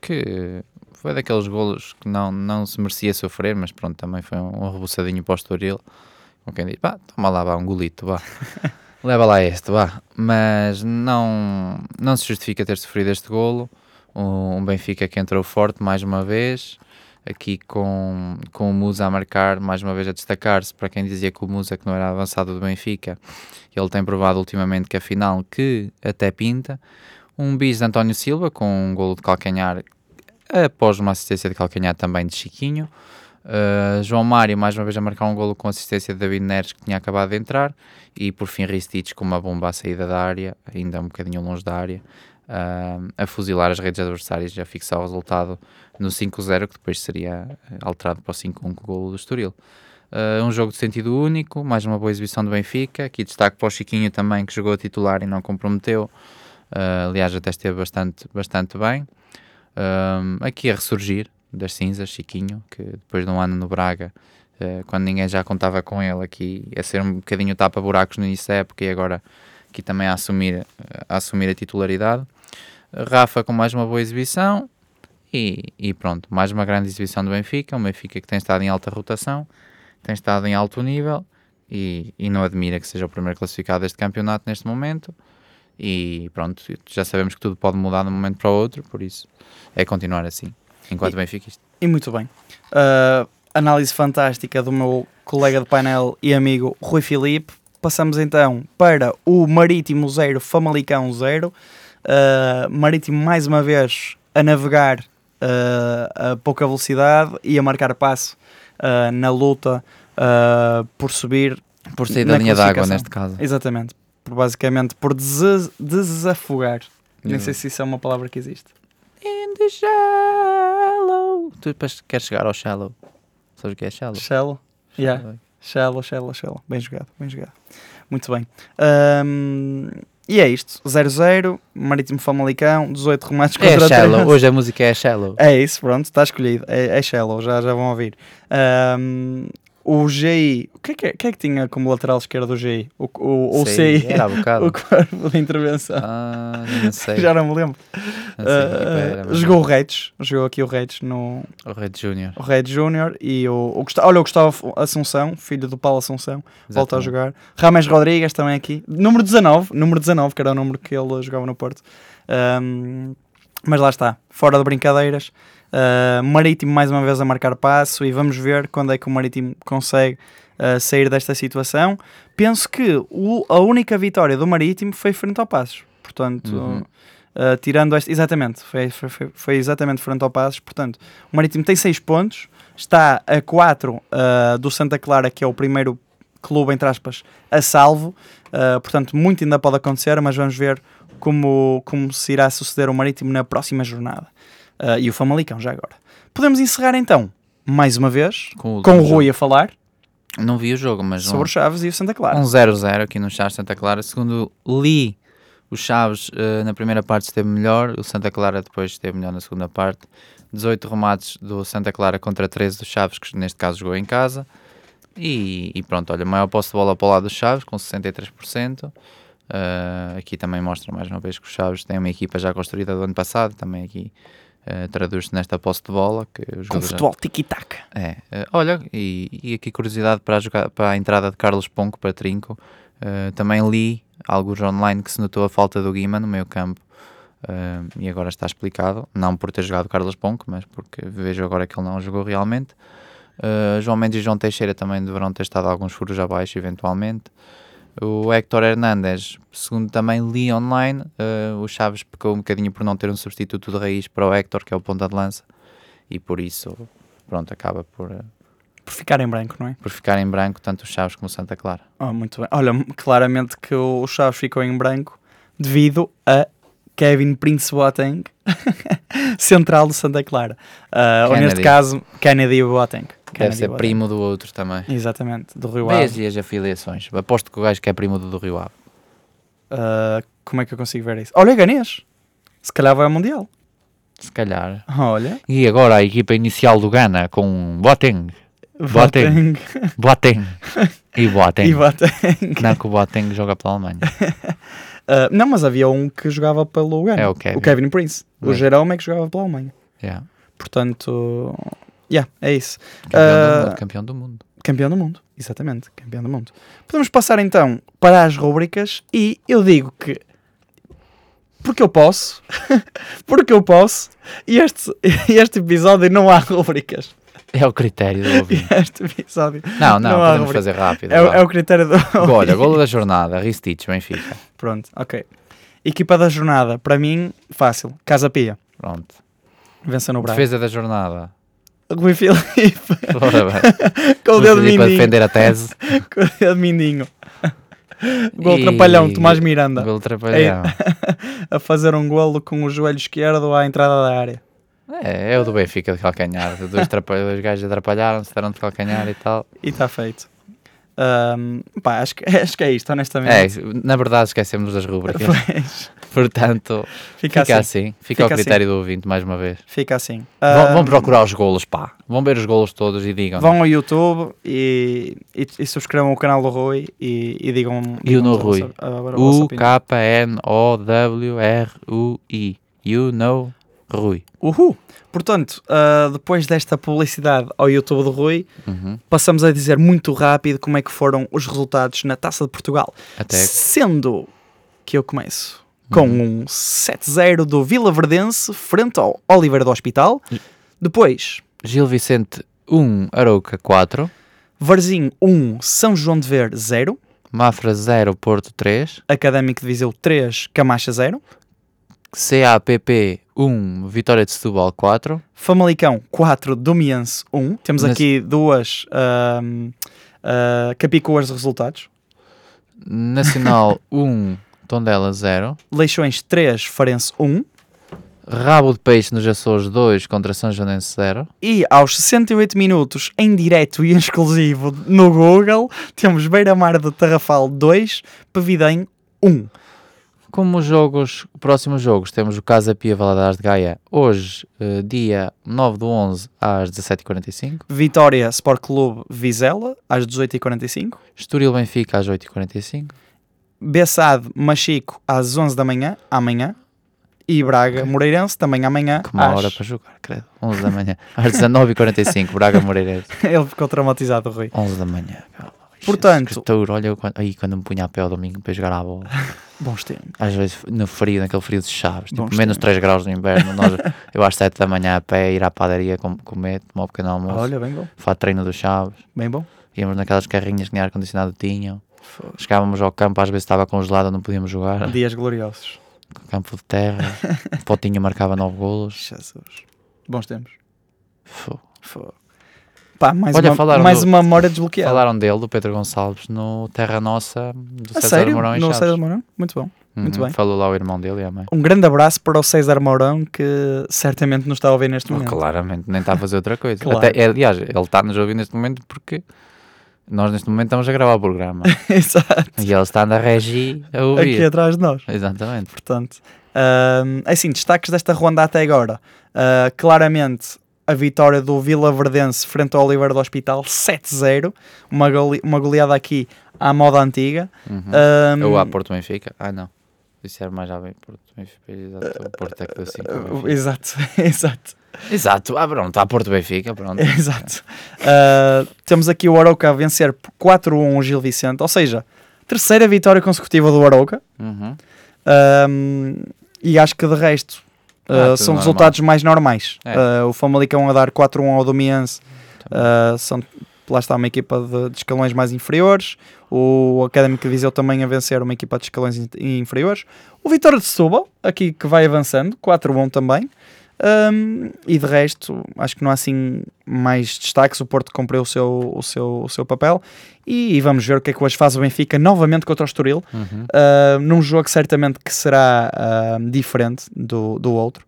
que foi daqueles golos que não, não se merecia sofrer, mas pronto, também foi um, um rebuçadinho para o Estoril. Com quem diz, pá, toma lá, vá, um golito, vá. Leva lá este, vá. Mas não, não se justifica ter sofrido este golo. Um, um Benfica que entrou forte mais uma vez, aqui com, com o Musa a marcar, mais uma vez a destacar-se. Para quem dizia que o Musa que não era avançado do Benfica, ele tem provado ultimamente que afinal que até pinta. Um bis de António Silva com um golo de calcanhar após uma assistência de calcanhar também de Chiquinho. Uh, João Mário mais uma vez a marcar um golo com assistência de David Neres que tinha acabado de entrar e por fim Ristich com uma bomba à saída da área, ainda um bocadinho longe da área, uh, a fuzilar as redes adversárias e a fixar o resultado no 5-0 que depois seria eh, alterado para o 5-1 com o golo do Estoril. Uh, um jogo de sentido único, mais uma boa exibição do Benfica, aqui destaque para o Chiquinho também que jogou a titular e não comprometeu, Ah, aliás até esteve bastante, bastante bem. Ah, aqui a ressurgir, das cinzas, Chiquinho, que depois de um ano no Braga, uh, quando ninguém já contava com ele aqui, a ser um bocadinho tapa-buracos no início da época e agora aqui também a assumir, a assumir a titularidade. Rafa com mais uma boa exibição e, e, pronto, mais uma grande exibição do Benfica, um Benfica que tem estado em alta rotação, tem estado em alto nível e, e não admira que seja o primeiro classificado deste campeonato neste momento e pronto, já sabemos que tudo pode mudar de um momento para o outro, por isso é continuar assim enquanto E- benfiquista. E muito bem. Uh, análise fantástica do meu colega de painel e amigo Rui Filipe. Passamos então para o Marítimo 0, Famalicão 0. Uh, Marítimo mais uma vez a navegar uh, a pouca velocidade e a marcar passo uh, na luta uh, por subir. Por sair na da linha d'água, classificação. neste caso. Exatamente. Por, basicamente por des- desafogar. Nem Exato. sei se isso é uma palavra que existe. In the shallow. Tu depois queres chegar ao shallow. Sabes o que é shallow? Shallow. Yeah. Shallow, shallow, shallow. Bem jogado, bem jogado. Muito bem. Ahm, e é isto. 0-0, Marítimo Famalicão, 18 remates É contra shallow. 13. Hoje a música é shallow. É isso, pronto, está escolhido. É, é shallow, já, já vão ouvir. Ahm, o GI, o que é que, o que é que tinha como lateral esquerdo o GI? O, o, o Sei, CI, Era há bocado. o corpo de intervenção. Ah, não sei. Já não me lembro. não sei que equipa Ah, era, mas jogou o Reites, jogou aqui o Reites no, O Red Junior. o Red Júnior e o, o Gustavo, olha, o Gustavo Assunção, filho do Paulo Assunção, volta a jogar. Rames Rodrigues também aqui, número 19, número 19, que era o número que ele jogava no Porto. Ahm, mas lá está, fora de brincadeiras. Ah, Marítimo mais uma vez a marcar passo e vamos ver quando é que o Marítimo consegue ah, sair desta situação. Penso que o- a única vitória do Marítimo foi frente ao Passos, portanto. Uhum. ah, tirando esta, exatamente, foi, foi- foi- foi exatamente frente ao Passos. Portanto, o Marítimo tem 6 pontos, está a 4 do Santa Clara, que é o primeiro clube, entre aspas, a salvo. Uh, portanto, muito ainda pode acontecer, mas vamos ver como, como se irá suceder o Marítimo na próxima jornada. Uh, e o Famalicão, já agora. Podemos encerrar então, mais uma vez, Com o, com o último Rui a falar jogo. Não vi o jogo, mas sobre o Chaves e o Santa Clara. um 0-0 aqui no Chaves Santa Clara. Segundo li, o Chaves eh, na primeira parte esteve melhor, o Santa Clara depois esteve melhor na segunda parte. 18 remates do Santa Clara contra 13 do Chaves, que neste caso jogou em casa. E, e pronto, olha, maior posse de bola para o lado do Chaves, com 63%. Eh, aqui também mostra mais uma vez que o Chaves tem uma equipa já construída do ano passado, também aqui eh, traduz-se nesta posse de bola. Que os Com jogadores- futebol tic-tac. é, eh, olha, e, e aqui curiosidade para a, joga- para a entrada de Carlos Ponco para Trinco. Eh, também li alguns online que se notou a falta do Guima no meio campo eh, e agora está explicado. Não por ter jogado Carlos Ponco, mas porque vejo agora que ele não jogou realmente. Eh, João Mendes e João Teixeira também deverão ter estado alguns furos abaixo, eventualmente. O Héctor Hernandes, segundo também li online, eh, o Chaves pecou um bocadinho por não ter um substituto de raiz para o Héctor, que é o ponta de lança, e por isso pronto, acaba por, eh, Por ficar em branco, não é? por ficar em branco tanto o Chaves como o Santa Clara. Oh, muito bem. Olha, claramente que o o Chaves ficou em branco devido a Kevin Prince Boateng, central do Santa Clara. Ah, ou neste Kennedy. caso, Kennedy Boateng. Deve Kennedy ser Boateng. primo do outro também. Exatamente, do Rio Ave. Vês-lhe as afiliações. Aposto que o gajo que é primo do, do Rio Ave. Ah, como é que eu consigo ver isso? Olha, Ganês. Se calhar vai ao Mundial. Se calhar. Olha. E agora a equipa inicial do Ghana com Boateng. Boateng. Boateng. Boateng. e Boateng. E Boateng. Não que o Boateng joga pela Alemanha. Ah, não, mas havia um que jogava pelo Ghana. É o Kevin. O Kevin Prince. O É. Jerome é que jogava pela Alemanha. Yeah. Portanto, yeah, é isso. Campeão, do Ah. mundo, campeão do mundo. Campeão do mundo, exatamente, campeão do mundo. Podemos passar então para as rubricas e eu digo que porque eu posso, porque eu posso, e este, este episódio não há rubricas. É o critério do ouvinte. Este episódio Não, não, Não há podemos rubrica. fazer rápido. é, o- vá. é o critério do. Olha, golo da jornada, Ristich, Benfica. Pronto, ok. Equipa da jornada, para mim, fácil. Casa Pia, Pronto. vença no Braga. Defesa da jornada. Rui Filipe, Ora bem. com o dedo Vamos pedir para mindinho. defender a tese. Com o dedo mindinho. Gol E- trapalhão, Tomás Miranda. Gol trapalhão. A fazer um golo com o joelho esquerdo à entrada da área. É, é o do Benfica de calcanhar. Dois, trapa- dois gajos atrapalharam-se, deram de calcanhar e tal. E está feito. Ahm, pá, acho que, acho que é isto, É, honestamente. na verdade esquecemos das rubricas. Pois, Portanto, fica, É, assim. assim. fica, assim. Fica ao Fica assim. critério do ouvinte, mais uma vez. Fica assim. Vão, vão Ahm, procurar os golos, pá. Vão ver os golos todos e digam. Vão ao YouTube e, e, e subscrevam o canal do Rui e, e digam. E o digam-nos no a Rui? vossa- a- a vossa opinião. U-K-N-O-W-R-U-I. You know Rui. Uhul! Portanto, ah, depois desta publicidade ao YouTube do Rui, Uhum. passamos a dizer muito rápido como é que foram os resultados na Taça de Portugal. Até Sendo que eu começo com um 7-0 do Vila Verdense frente ao Oliver do Hospital. Depois, Gil Vicente 1, Arouca 4, Varzim 1, São João de Ver 0, Mafra 0, Porto 3, Académico de Viseu 3, Camacha 0, CAPP 1, Vitória de Setúbal 4, Famalicão 4, Domiense 1. Temos Mas- aqui duas ahm, ah, capicuas de resultados. Nacional 1, Tondela 0, Leixões 3, Farense 1. Rabo de Peixe nos Açores 2 contra São Joanense 0. E aos 68 minutos, em direto e em exclusivo no Google, temos Beira-Mar de Tarrafal um. 2, Pevidém 1. Como os jogos, próximos jogos, temos o Casa Pia Valadares de Gaia hoje, eh, dia 9 do 11 às 17h45, Vitória Sport Clube Vizela, às 18h45. Estoril Benfica às 8h45, Bessade Machico, às 11 da manhã, amanhã. E Braga Moreirense, também amanhã. que uma às- hora para jogar, credo, 11 da manhã, às 19h45, Braga Moreirense, Ele ficou traumatizado, Rui. 11 da manhã. pá. Portanto- Jesus, que touro, olha eu quando, aí, quando me punha a pé ao domingo para jogar à bola, Bons tempos. às vezes no frio, naquele frio de chaves, tipo, Bons menos 3 graus no inverno, nós, eu às 7 da manhã a pé, ir à padaria, com- comer, tomar um pequeno almoço, Olha, bem bom. fazer treino dos chaves. Bem bom. Íamos naquelas carrinhas que nem ar-condicionado tinham. Chegávamos ao campo, às vezes estava congelado, não podíamos jogar. Dias gloriosos. Campo de terra. Potinho marcava nove golos. Jesus. Bons tempos. Fô. Fogo. Pá, mais, Olha, uma, falaram mais do- uma memória desbloqueada. Falaram dele, do Pedro Gonçalves, no Terra Nossa, do a César sério? Mourão em no Chaves. César Mourão? Muito bom. muito Uhum, bem. Falou lá o irmão dele e a mãe. Um grande abraço para o César Mourão, que certamente nos está a ouvir neste Oh, momento. claramente, nem está a fazer outra coisa. Claro. Até, aliás, ele está nos ouvindo neste momento porque nós neste momento estamos a gravar o programa. Exato. e ele está a regir a Aqui é ouvir. atrás de nós. Exatamente. Portanto, hum, assim, destaques desta ronda até agora. Uh, claramente, a vitória do Vila Verdense frente ao Oliveira do Hospital, 7-0. Uma, gole- uma goleada aqui à moda antiga. Uhum. Hum, Ou a Porto Benfica? Ah, não. Isso era mais já bem Porto Benfica. Exato. O Porto é que deu cinco ao Benfica. ah, Exato, exato. Exato. Ah, pronto. Há Porto Benfica, pronto. É. Exato. Uh, temos aqui o Arauca a vencer por 4-1 o Gil Vicente, ou seja, terceira vitória consecutiva do Arauca. Uhum. Um, e acho que de resto uh, Ah, tudo são normal. resultados mais normais. É. Tá Uh, o Famalicão a dar 4-1 ao Domiense, uh, são, lá está uma equipa de, de escalões mais inferiores. O Académico de Viseu também a vencer uma equipa de escalões in- inferiores. O Vitória de Setúbal, aqui que vai avançando, 4-1 também. Um, e de resto, acho que não há assim mais destaques. O Porto cumpriu o seu, o seu, o seu papel. E, vamos ver o que é que hoje faz o Benfica novamente contra o Estoril. Uhum. Uh, num jogo certamente que será uh, diferente do, do outro.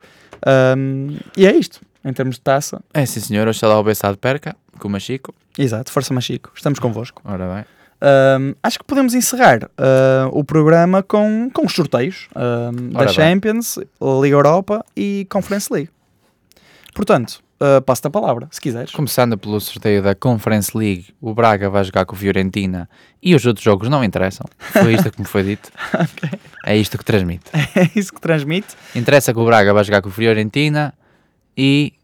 Um, e é isto, em termos de taça. É sim, senhor. Oxalá o Bessado perca, com o Machico. Exato, força Machico, estamos convosco. Ora bem. Um, acho que podemos encerrar uh, o programa com, com os sorteios um, da Ora bem. Champions, Liga Europa e Conference League. Portanto, uh, passo-te a palavra, se quiseres. Começando pelo sorteio da Conference League, o Braga vai jogar com o Fiorentina e os outros jogos não interessam. Foi isto que me foi dito. É isto que transmite. É isso que transmite. Interessa que o Braga vai jogar com o Fiorentina e.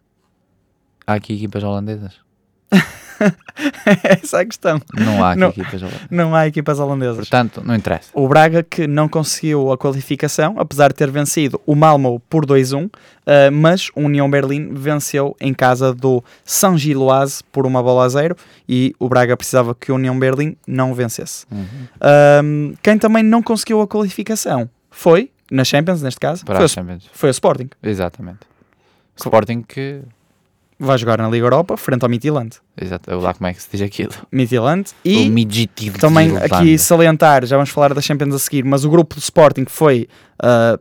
Há aqui equipas holandesas? Essa é a questão. Não há aqui Não. equipas holandesas. Não há equipas holandesas. Portanto, não interessa. O Braga que não conseguiu a qualificação, apesar de ter vencido o Malmo por 2-1, eh, mas o União Berlim venceu em casa do São Giloase por uma bola a zero e o Braga precisava que o União Berlim não vencesse. Um, Uhum. Ahm, quem também não conseguiu a qualificação foi na Champions, neste caso, para foi, a o- Champions. foi o Sporting. Exatamente. Sporting que. Vai jogar na Liga Europa, frente ao Midtjylland. Exato, eu lá como é que se diz aquilo. Midtjylland o e midgetivo também aqui salientar, já vamos falar da Champions a seguir, mas o grupo do Sporting foi ah,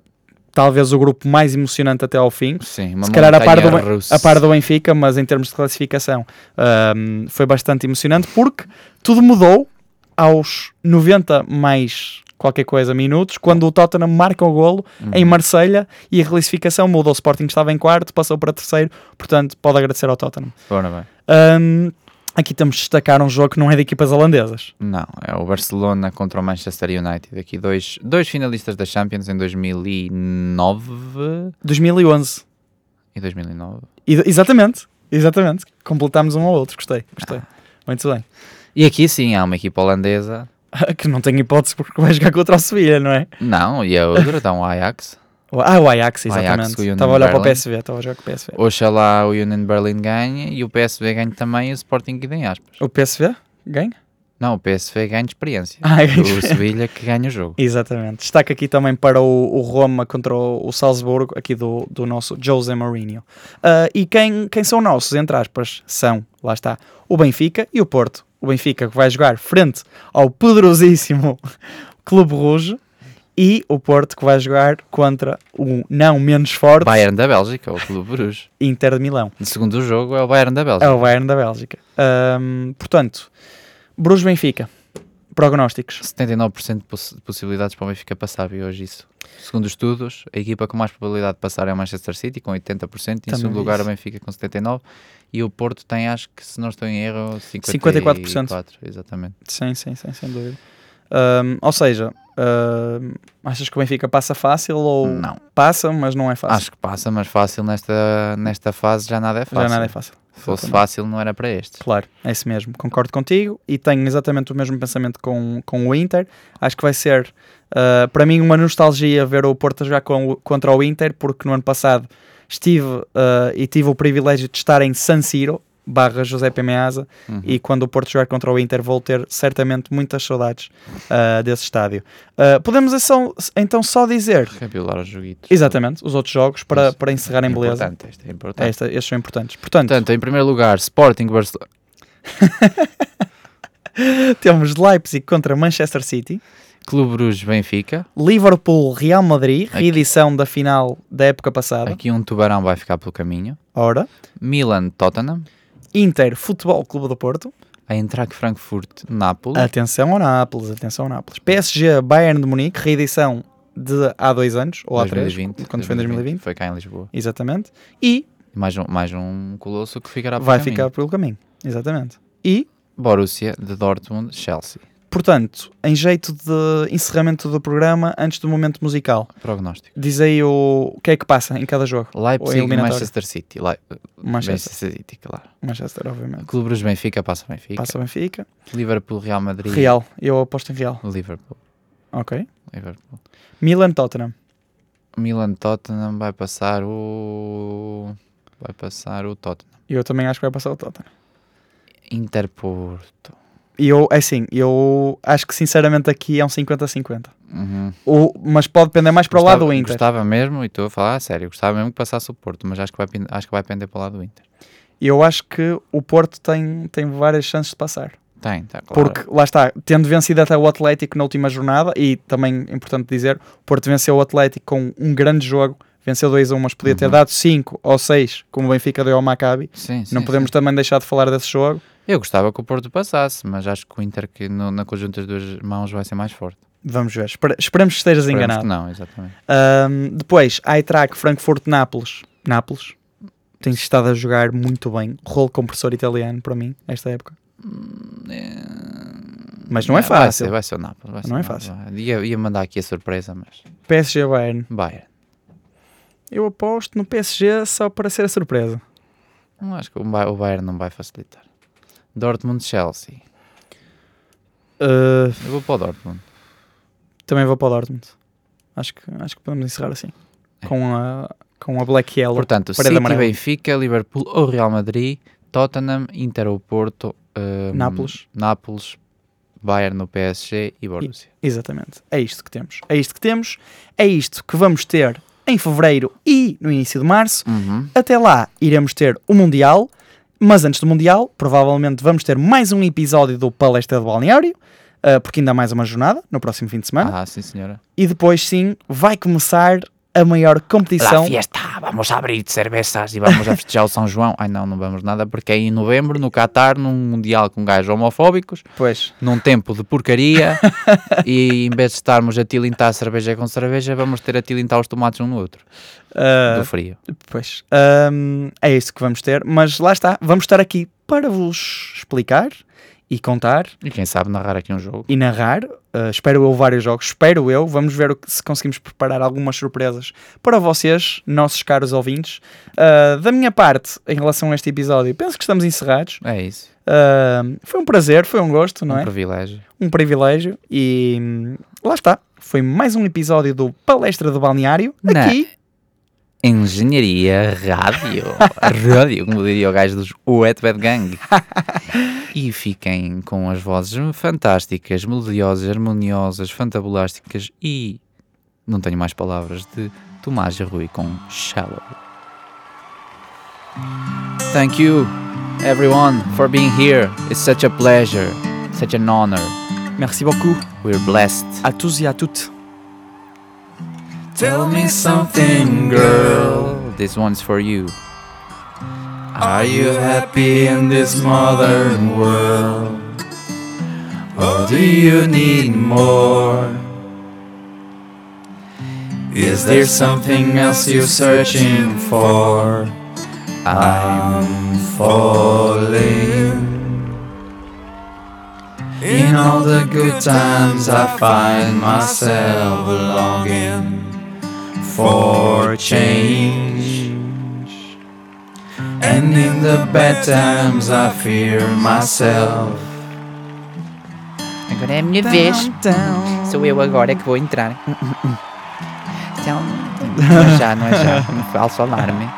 talvez o grupo mais emocionante até ao fim. Sim, uma se calhar a par, do, montanha russa. a par do Benfica, mas em termos de classificação ahm, foi bastante emocionante porque tudo mudou aos 90 mais qualquer coisa minutos, quando o Tottenham marca o golo em Marselha e a classificação muda. O Sporting estava em quarto, passou para terceiro, portanto pode agradecer ao Tottenham. Ora bem. Ahm, aqui temos de destacar um jogo que não é de equipas holandesas. Não, é o Barcelona contra o Manchester United. Aqui dois, dois finalistas da Champions em 2009 2011. e 2009. E- exatamente, exatamente. Completámos um ao outro, gostei, Ah. gostei. Muito bem. E aqui sim, há uma equipa holandesa. Que não tem hipótese porque vai jogar contra o Sevilha, não é? Não, e a outra dá um Ajax. Ah, o Ajax, O Ajax com o exatamente. Union Estava a olhar para o Berlin. PSV, estava a jogar com o PSV. Oxalá o Union Berlin ganhe e o PSV ganhe também e o Sporting que em aspas. O PSV ganha? Não, o PSV ganha experiência. Ah, ganha o Sevilha que ganha o jogo. Exatamente. Destaque aqui também para o, o Roma contra o, o Salzburgo, aqui do, do nosso José Mourinho. Ah, e quem, quem são nossos, entre aspas, são, lá está, o Benfica e o Porto. O Benfica que vai jogar frente ao poderosíssimo Clube Rouge e o Porto que vai jogar contra o não menos forte Bayern da Bélgica, o Clube Bruges. Inter de Milão. No segundo jogo é o Bayern da É Bélgica. o Bayern da Bélgica. Ahm, portanto, Bruges Benfica. Prognósticos. 79% de poss- de possibilidades para o Benfica passar, vi hoje isso. Segundo os estudos, a equipa com mais probabilidade de passar é o Manchester City, com 80%, em Também segundo vi lugar o isso. Benfica com 79%, e o Porto tem, acho que se não estou em erro, 54%. 54%. Exatamente. Sim, sim, sim, sem dúvida. Ahm, ou seja, ahm, achas que o Benfica passa fácil ou Não, passa, mas não é fácil? acho que passa, mas fácil nesta, nesta fase já nada é fácil. Já nada é fácil. Se fosse Exatamente. fácil não era para este. Claro, é isso mesmo. Concordo contigo e tenho exatamente o mesmo pensamento com, com o Inter. Acho que vai ser, ah, para mim, uma nostalgia ver o Porto a jogar com o- contra o Inter, porque no ano passado estive ah, e tive o privilégio de estar em San Siro, barra José Meazza, Uhum. e quando o Porto jogar contra o Inter vou ter certamente muitas saudades ah, desse estádio. Ah, podemos então- então só dizer, Recapilar os joguitos. exatamente, os outros jogos para, Isso. para encerrar em beleza. Importante, este é importante. Esta, estes são importantes. Portanto, Portanto, em primeiro lugar, Sporting Barcelona. temos Leipzig contra Manchester City. Clube Bruges Benfica. Liverpool Real Madrid, Aqui. reedição da final da época passada. Aqui um tubarão vai ficar pelo caminho. Ora, Milan Tottenham. Inter Futebol Clube do Porto. A Eintracht Frankfurt Nápoles. Atenção ao Nápoles, atenção ao Nápoles. PSG Bayern de Munique, reedição de há dois anos ou há três, 2020, quando foi em 2020. Foi cá em Lisboa. Exatamente. E E mais um, mais um colosso que ficará pelo vai caminho. ficar pelo caminho. Exatamente. E, Borussia de Dortmund Chelsea. portanto, em jeito de encerramento do programa, antes do momento musical, Prognóstico. diz aí o, o que é que passa em cada jogo. Ou Leipzig e eliminatório. Manchester City. Le... Manchester. Manchester City, claro. Manchester, obviamente. Clube Bruges Benfica passa Benfica. Passa Benfica. Liverpool Real Madrid. Real, eu aposto em Real. Liverpool. Ok. Liverpool. Milan Tottenham. Milan Tottenham vai passar o vai passar o Tottenham. Eu também acho que vai passar o Tottenham. Inter Porto. E eu, é assim, eu acho que sinceramente aqui é um 50-50. Uhum. O- Mas pode pender mais para o lado do Inter. Gostava mesmo, e estou a falar a sério, gostava mesmo que passasse o Porto, mas acho que vai, pin- acho que vai pender para o lado do Inter. Eu acho que o Porto tem, tem várias chances de passar. Tem, tá claro. Porque, lá está, tendo vencido até o Atlético na última jornada, e também é importante dizer, o Porto venceu o Atlético com um grande jogo, venceu 2 a 1, mas podia ter Uhum. dado 5 ou 6, como o Benfica deu ao Maccabi. Sim, sim, Não sim. podemos também deixar de falar desse jogo. Eu gostava que o Porto passasse, mas acho que o Inter que no- na conjunta das duas mãos vai ser mais forte. Vamos ver. Espera- esperamos que estejas Esperemos enganado. que Não, exatamente. Ahm, depois, Eintracht, Frankfurt, Nápoles. Nápoles. Tem estado a jogar muito bem. Rolo compressor italiano para mim, esta época. Mas não é Hum, é. Ah, Vai ser, fácil. vai ser o Nápoles. vai ser Não o é Nápoles, vai. Ia, ia mandar aqui a surpresa, mas PSG Bayern. Bayern. é Eu aposto no PSG só para ser a surpresa. Não acho que o Ba- o Bayern não vai facilitar. Dortmund Chelsea. Ah, Eu vou para o Dortmund. também vou para o Dortmund. Acho que, acho que podemos encerrar assim. É. Com a, com a Black Yellow. Portanto, Parede City, amarela. Benfica, Liverpool ou Real Madrid, Tottenham, Inter ou Porto, hum, Nápoles. Nápoles, Bayern no PSG e Borussia. Exatamente. É isto que temos. É isto que temos. É isto que vamos ter em fevereiro e no início de março. Uhum. Até lá iremos ter o Mundial, mas antes do Mundial, provavelmente vamos ter mais um episódio do Palestra de Balneário, ah, porque ainda há mais uma jornada no próximo fim de semana. Ah, sim, senhora. E depois sim vai começar a maior competição. fiesta, vamos abrir cervejas e vamos a festejar o São João. Ai não, não vamos nada, porque é em novembro, no Catar, num mundial com gajos homofóbicos, Pois. num tempo de porcaria, e em vez de estarmos a tilintar a cerveja com cerveja, vamos ter a tilintar os tomates um no outro, ah, do frio. Pois. Ahm, é isso que vamos ter, mas lá está, vamos estar aqui para vos explicar e contar E quem sabe narrar aqui um jogo. e narrar. ah, espero eu vários jogos, espero eu. Vamos ver o que- se conseguimos preparar algumas surpresas para vocês, nossos caros ouvintes. Ah, da minha parte, em relação a este episódio, penso que estamos encerrados. É isso, Ah, foi um prazer, foi um gosto, não um é? privilégio. Um privilégio. E hum, lá está, foi mais um episódio do Palestra do Balneário, Não. aqui Engenharia Rádio, rádio, como diria o gajo dos Wet Bad Gang. E fiquem com as vozes fantásticas, melodiosas, harmoniosas, fantabulásticas e não tenho mais palavras de Tomás e Rui com Shallow. Thank you everyone for being here. It's such a pleasure, such an honor. Merci beaucoup We're blessed. à tous et à toutes. Tell me something, girl. This one's for you. Are you happy in this modern world? Or do you need more? Is there something else you're searching for? I'm falling. In all the good times, I find myself longing for change. And in the bad times I fear myself. Agora é a minha vez. Sou eu agora que vou entrar. Hum, Então, não é já, não é já. Um falso alarme.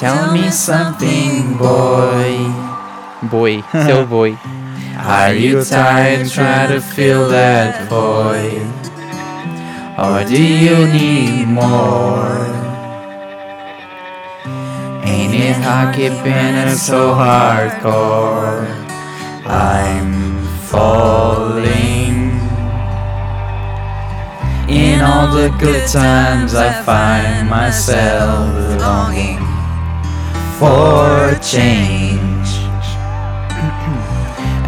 Tell me something, boy. Boi, seu boi. Are you tired trying to fill that void? Or do you need more? Ain't it hard keeping it so hardcore? I'm falling. In all the good times, I find myself longing for change.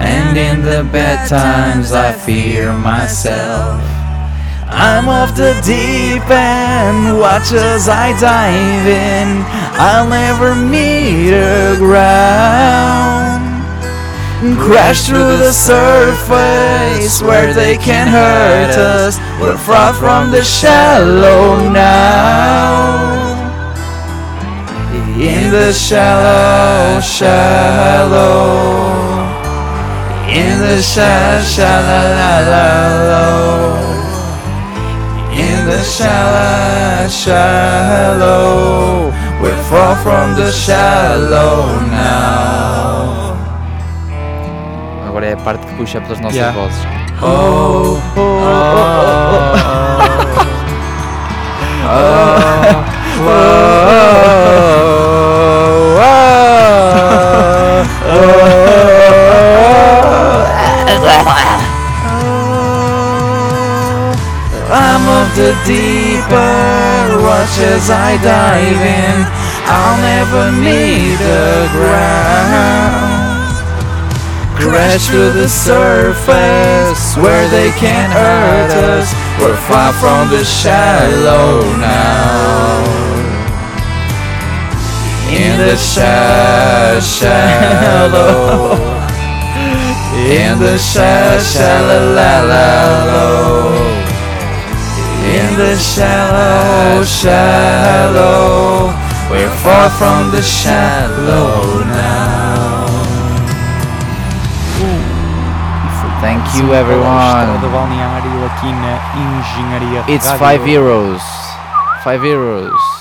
And in the bad times, I fear myself. I'm off the deep end, watch as I dive in. I'll never meet the ground. Crash through the surface where they can hurt us. We're far from the shallow now. In the shallow, shallow. In the sha sha la la la low. In the shallow, shallow. We're far from the shallow now. Agora é a parte que puxa pelas nossas Yeah. vozes. Oh, oh, oh, oh, oh. I'm of the deeper watch as I dive in. I'll never meet the ground crash to the surface where they can't hurt us. We're far from the shallow now. In the sha shallow. In the sha shallow la la low. In the shallow shallow. We're far from the shallow now. Thank you everyone. do balneário aqui na Engenharia It's Rádio. 5 euros. 5 euros.